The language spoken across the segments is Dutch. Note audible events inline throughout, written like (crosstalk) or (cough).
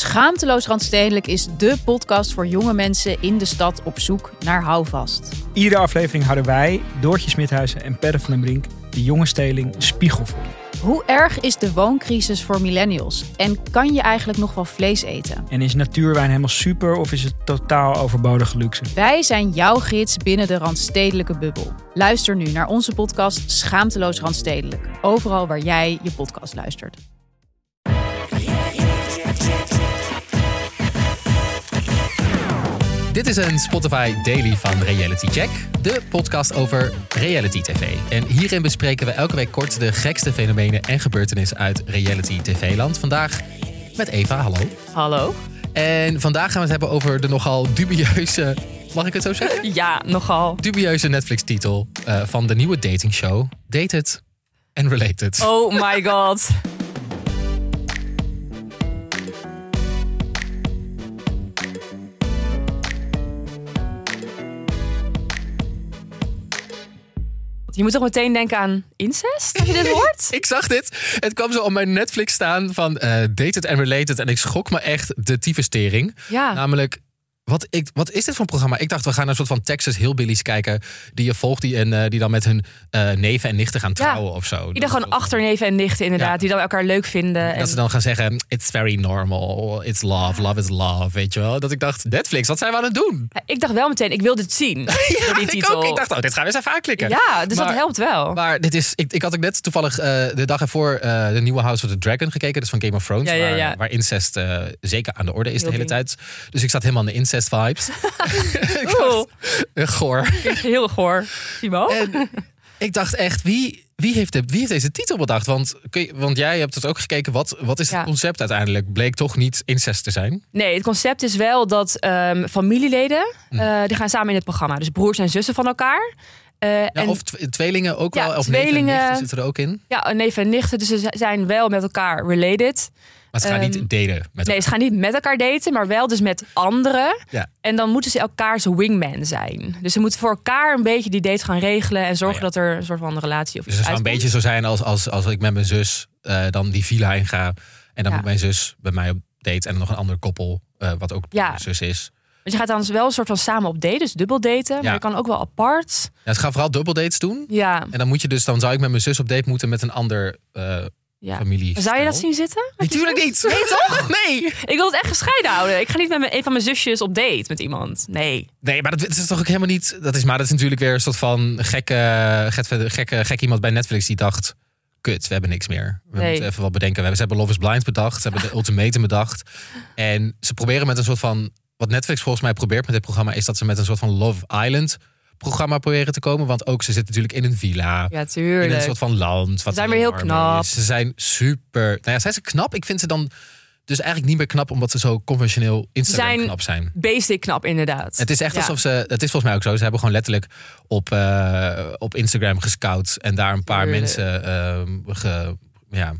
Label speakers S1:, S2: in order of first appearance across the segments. S1: Schaamteloos Randstedelijk is dé podcast voor jonge mensen in de stad op zoek naar houvast.
S2: Iedere aflevering houden wij, Doortje Smithuizen en Perre van den Brink, de jonge steling een spiegel voor.
S1: Hoe erg is de wooncrisis voor millennials? En kan je eigenlijk nog wel vlees eten?
S2: En is natuurwijn helemaal super of is het totaal overbodige luxe?
S1: Wij zijn jouw gids binnen de Randstedelijke bubbel. Luister nu naar onze podcast Schaamteloos Randstedelijk. Overal waar jij je podcast luistert.
S3: Dit is een Spotify Daily van Reality Check, de podcast over reality tv. En hierin bespreken we elke week kort de gekste fenomenen en gebeurtenissen uit reality tv-land. Vandaag met Eva, hallo.
S4: Hallo?
S3: En vandaag gaan we het hebben over de nogal dubieuze, mag ik het zo zeggen?
S4: Ja, nogal.
S3: Dubieuze Netflix-titel eh, van de nieuwe datingshow Dated and Related.
S4: Oh my god. Je moet toch meteen denken aan incest als je dit
S3: (laughs)
S4: hoort?
S3: Ik zag dit. Het kwam zo op mijn Netflix staan van eh, Dated and Related. En ik schrok me echt de tyfustering.
S4: Ja.
S3: Namelijk, wat, ik, wat is dit voor een programma? Ik dacht, we gaan naar een soort van Texas Hillbillies kijken. Die je volgt die, en, eh, die dan met hun eh, neven en nichten gaan trouwen of zo.
S4: Ieder gewoon achterneven en nichten inderdaad,
S3: Ja.
S4: die dan elkaar leuk vinden. En... Ah.
S3: Dat ze dan gaan zeggen, it's very normal, it's love, love is love, weet je wel. Dat ik dacht, Netflix, wat zijn we aan het doen?
S4: Ja, Ik dacht wel meteen, ik wil dit
S3: (laughs)
S4: zien. door die
S3: ik,
S4: titel.
S3: ook, ik dacht, oh, dit gaan we eens even aanklikken.
S4: ja, dus
S3: Maar-
S4: dat helpt wel.
S3: Maar dit is, (laughs) ik, ik had ook net toevallig eh, de dag ervoor eh, de nieuwe House of the Dragon gekeken. Dus van Game of Thrones,
S4: Ja, ja,
S3: waar- Waar,
S4: ja.
S3: incest eh, zeker aan de orde is de
S4: Heel
S3: hele
S4: ding.
S3: tijd. Dus ik zat helemaal in de incest
S4: (laughs)
S3: vibes. ik
S4: Oeh.
S3: dacht, eh, goor.
S4: Heel goor. Timo?
S3: En ik dacht echt, wie, wie, heeft de, wie heeft deze titel bedacht? Want, kun je- want jij hebt het ook gekeken, wat, wat is
S4: Ja.
S3: het concept uiteindelijk? Bleek toch niet incest te zijn?
S4: Nee, het concept is wel dat ehm, familieleden
S3: Hm.
S4: eh, die gaan samen in het programma. Dus broers en zussen van elkaar. Eh,
S3: Ja,
S4: en
S3: of tw- tweelingen ook
S4: Ja,
S3: wel? Of neven en
S4: tweelingen.
S3: nichten zitten er ook in?
S4: ja, neven en nichten, dus ze zijn wel met elkaar related.
S3: Maar ze gaan
S4: Ehm,
S3: niet delen met
S4: Nee, ze gaan niet met elkaar daten, maar wel dus met anderen.
S3: Ja.
S4: En dan moeten ze elkaars wingman zijn. Dus ze moeten voor elkaar een beetje die date gaan regelen en zorgen
S3: Oh ja.
S4: dat er een soort van relatie of
S3: Dus het zou
S4: iets
S3: een
S4: uitkomt.
S3: beetje zo zijn als, als, als ik met mijn zus eh, dan die villa in ga. En dan
S4: Ja.
S3: moet mijn zus bij mij op date. En dan nog een ander koppel, eh, wat ook
S4: Ja.
S3: mijn zus is.
S4: Dus je gaat dan wel een soort van samen op date, dus dubbel daten.
S3: Ja.
S4: Maar je kan ook wel apart.
S3: Ja, ze gaan vooral dubbeldates doen.
S4: Ja,
S3: En dan moet je dus, dan zou ik met mijn zus op date moeten met een ander eh
S4: ja.
S3: familie.
S4: Zou je dat zien zitten?
S3: Natuurlijk niet. Nee, toch? Nee.
S4: Ik wil het echt gescheiden houden. Ik ga niet met mijn- een van mijn zusjes op date met iemand. Nee.
S3: Nee, maar dat, dat is toch ook helemaal niet. Dat is, maar dat is natuurlijk weer een soort van gekke, gek, gek, gek iemand bij Netflix die dacht. Kut, we hebben niks meer. We
S4: Nee.
S3: moeten even wat bedenken. We hebben, ze hebben Love is Blind bedacht. Ze hebben de Ultimatum bedacht. En ze proberen met een soort van. Wat Netflix volgens mij probeert met dit programma is dat ze met een soort van Love Island programma proberen te komen. Want ook ze zitten natuurlijk in een villa.
S4: Ja,
S3: in een
S4: tuurlijk.
S3: soort van land. Wat
S4: Ze zijn weer heel
S3: warm
S4: knap.
S3: is. Ze zijn super. Nou ja, zijn ze knap? Ik vind ze dan dus eigenlijk niet meer knap omdat ze zo conventioneel Instagram
S4: zijn-
S3: knap zijn.
S4: Basic knap, inderdaad.
S3: Het is echt
S4: Ja.
S3: alsof ze. Het is volgens mij ook zo. Ze hebben gewoon letterlijk op, eh, op Instagram gescout. En daar een paar
S4: Tuurlijk.
S3: mensen eh, ge, ja,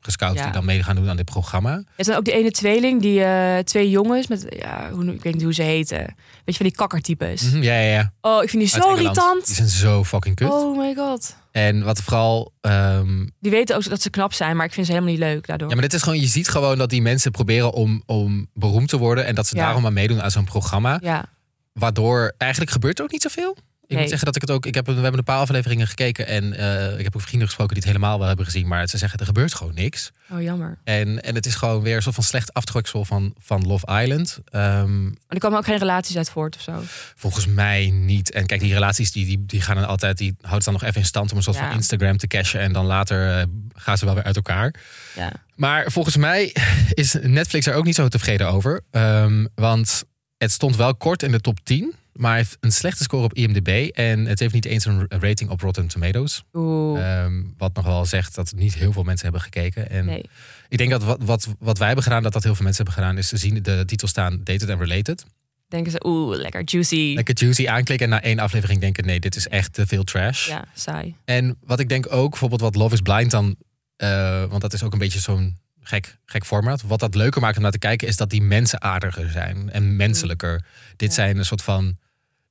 S3: gescout
S4: Ja.
S3: die dan mee gaan doen aan dit programma.
S4: Er zijn ook die ene tweeling, die eh, twee jongens met, ja, hoe, ik weet niet hoe ze heten. Weet je, van die kakkertypes.
S3: Mhm, ja, ja, ja.
S4: Oh, ik vind die
S3: Uit
S4: zo
S3: Engeland. Die
S4: irritant.
S3: zijn zo fucking kut.
S4: Oh my god.
S3: En wat vooral. ehm,
S4: Die weten ook dat ze knap zijn, maar ik vind ze helemaal niet leuk daardoor.
S3: ja, maar dit is gewoon. Je ziet gewoon dat die mensen proberen om, om beroemd te worden. En dat ze
S4: Ja.
S3: daarom aan meedoen aan zo'n programma.
S4: Ja.
S3: Waardoor eigenlijk gebeurt er ook niet zoveel. Ik
S4: Nee.
S3: moet zeggen dat ik het ook. Ik heb, we hebben een paar afleveringen gekeken. En eh, ik heb ook vrienden gesproken die het helemaal wel hebben gezien. Maar ze zeggen er gebeurt gewoon niks.
S4: Oh, jammer.
S3: En, en het is gewoon weer een soort van slecht aftreksel van, van Love Island. Ehm,
S4: Maar er komen ook geen relaties uit voort of zo.
S3: volgens mij niet. En kijk, die relaties die, die, die gaan dan altijd, die houdt dan nog even in stand om een soort
S4: Ja.
S3: van Instagram te cashen. En dan later eh, gaan ze wel weer uit elkaar.
S4: Ja.
S3: Maar volgens mij (laughs) is Netflix er ook niet zo tevreden over. Ehm, want het stond wel kort in de top 10. Maar heeft een slechte score op IMDb. En het heeft niet eens een rating op Rotten Tomatoes.
S4: Oeh.
S3: Ehm, wat nog wel zegt dat niet heel veel mensen hebben gekeken. En
S4: nee.
S3: ik denk dat wat, wat, wat wij hebben gedaan, dat dat heel veel mensen hebben gedaan, is ze zien de titel staan Dated and Related.
S4: Denken ze, oeh, lekker juicy.
S3: Lekker juicy aanklikken en na één aflevering denken, nee, dit is echt te veel trash.
S4: Ja, saai.
S3: En wat ik denk ook, bijvoorbeeld wat Love is Blind dan, eh, want dat is ook een beetje zo'n gek, gek format. Wat dat leuker maakt om naar te kijken, is dat die mensen aardiger zijn en menselijker. Dit
S4: Mm. Ja.
S3: zijn een soort van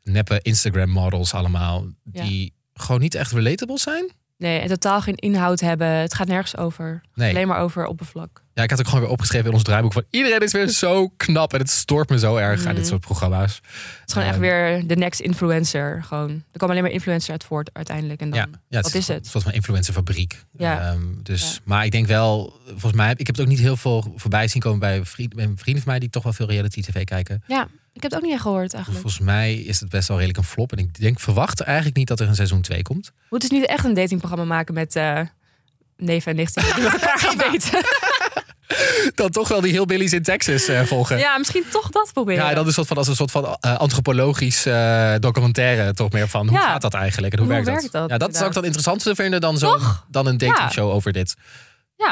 S3: neppe Instagram models allemaal, die gewoon niet echt relatable zijn.
S4: Nee, en totaal geen inhoud hebben. Het gaat nergens over.
S3: Nee.
S4: Alleen maar over oppervlak.
S3: Ja, ik had ook gewoon weer opgeschreven in ons draaiboek van iedereen is weer zo knap en het stoort me zo erg aan
S4: Mm.
S3: dit soort programma's.
S4: Het is gewoon echt
S3: Ehm.
S4: weer de next influencer. Gewoon. Er komen alleen maar influencers uit voort uiteindelijk. En dan...
S3: Ja, ja,
S4: wat is
S3: een
S4: het?
S3: soort van influencerfabriek.
S4: Ja.
S3: Ehm, dus,
S4: Ja.
S3: Maar ik denk wel, volgens mij, heb- ik heb het ook niet heel veel voorbij zien komen bij vrienden, bij vrienden van mij die toch wel veel reality tv kijken.
S4: Ik heb het ook niet echt gehoord
S3: Dus
S4: eigenlijk.
S3: volgens mij is het best wel redelijk een flop. En ik denk, verwacht eigenlijk niet dat er een seizoen 2 komt. (laughs)
S4: Moet dus niet echt een datingprogramma maken met eh neven en nichten. Die dat elkaar gaan weten.
S3: Dan toch wel die Hillbillies in Texas eh, volgen.
S4: Ja, misschien toch dat proberen.
S3: Ja, en dan is soort van als een soort van eh, antropologisch eh, documentaire toch meer van hoe
S4: Ja.
S3: gaat dat eigenlijk en hoe,
S4: Hoe
S3: werkt,
S4: werkt dat,
S3: Ja, dat zou ik
S4: inderdaad.
S3: dan interessanter vinden dan zo'n dan een dating show over dit.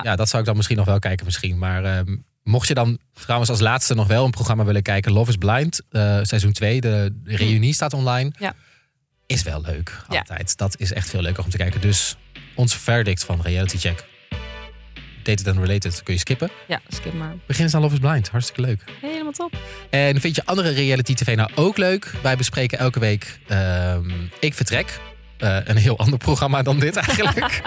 S4: Ja.
S3: dat zou ik dan misschien nog wel kijken misschien. Maar ehm, mocht je dan trouwens als laatste nog wel een programma willen kijken, Love is Blind, eh, seizoen 2, de, de reunie staat online.
S4: Hm. Ja.
S3: Is wel leuk,
S4: Ja.
S3: altijd. Dat is echt veel leuker om te kijken. Dus ons verdict van Reality Check. Dated and Related kun je skippen.
S4: Ja, skip maar.
S3: Begin eens aan Love is Blind, hartstikke leuk.
S4: Helemaal top.
S3: En vind je andere reality tv nou ook leuk? Wij bespreken elke week ehm, Ik Vertrek. Eh, een heel ander programma dan dit (laughs) eigenlijk.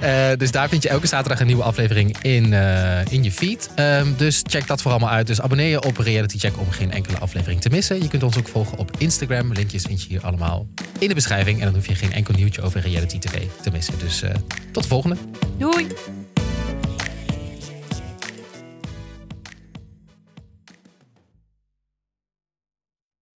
S3: Eh, dus daar vind je elke zaterdag een nieuwe aflevering in, eh, in je feed. Ehm, dus check dat vooral maar uit. Dus abonneer je op Reality Check om geen enkele aflevering te missen. Je kunt ons ook volgen op Instagram. Linkjes vind je hier allemaal in de beschrijving. En dan hoef je geen enkel nieuwtje over reality tv te missen. Dus eh, tot de volgende.
S4: Doei.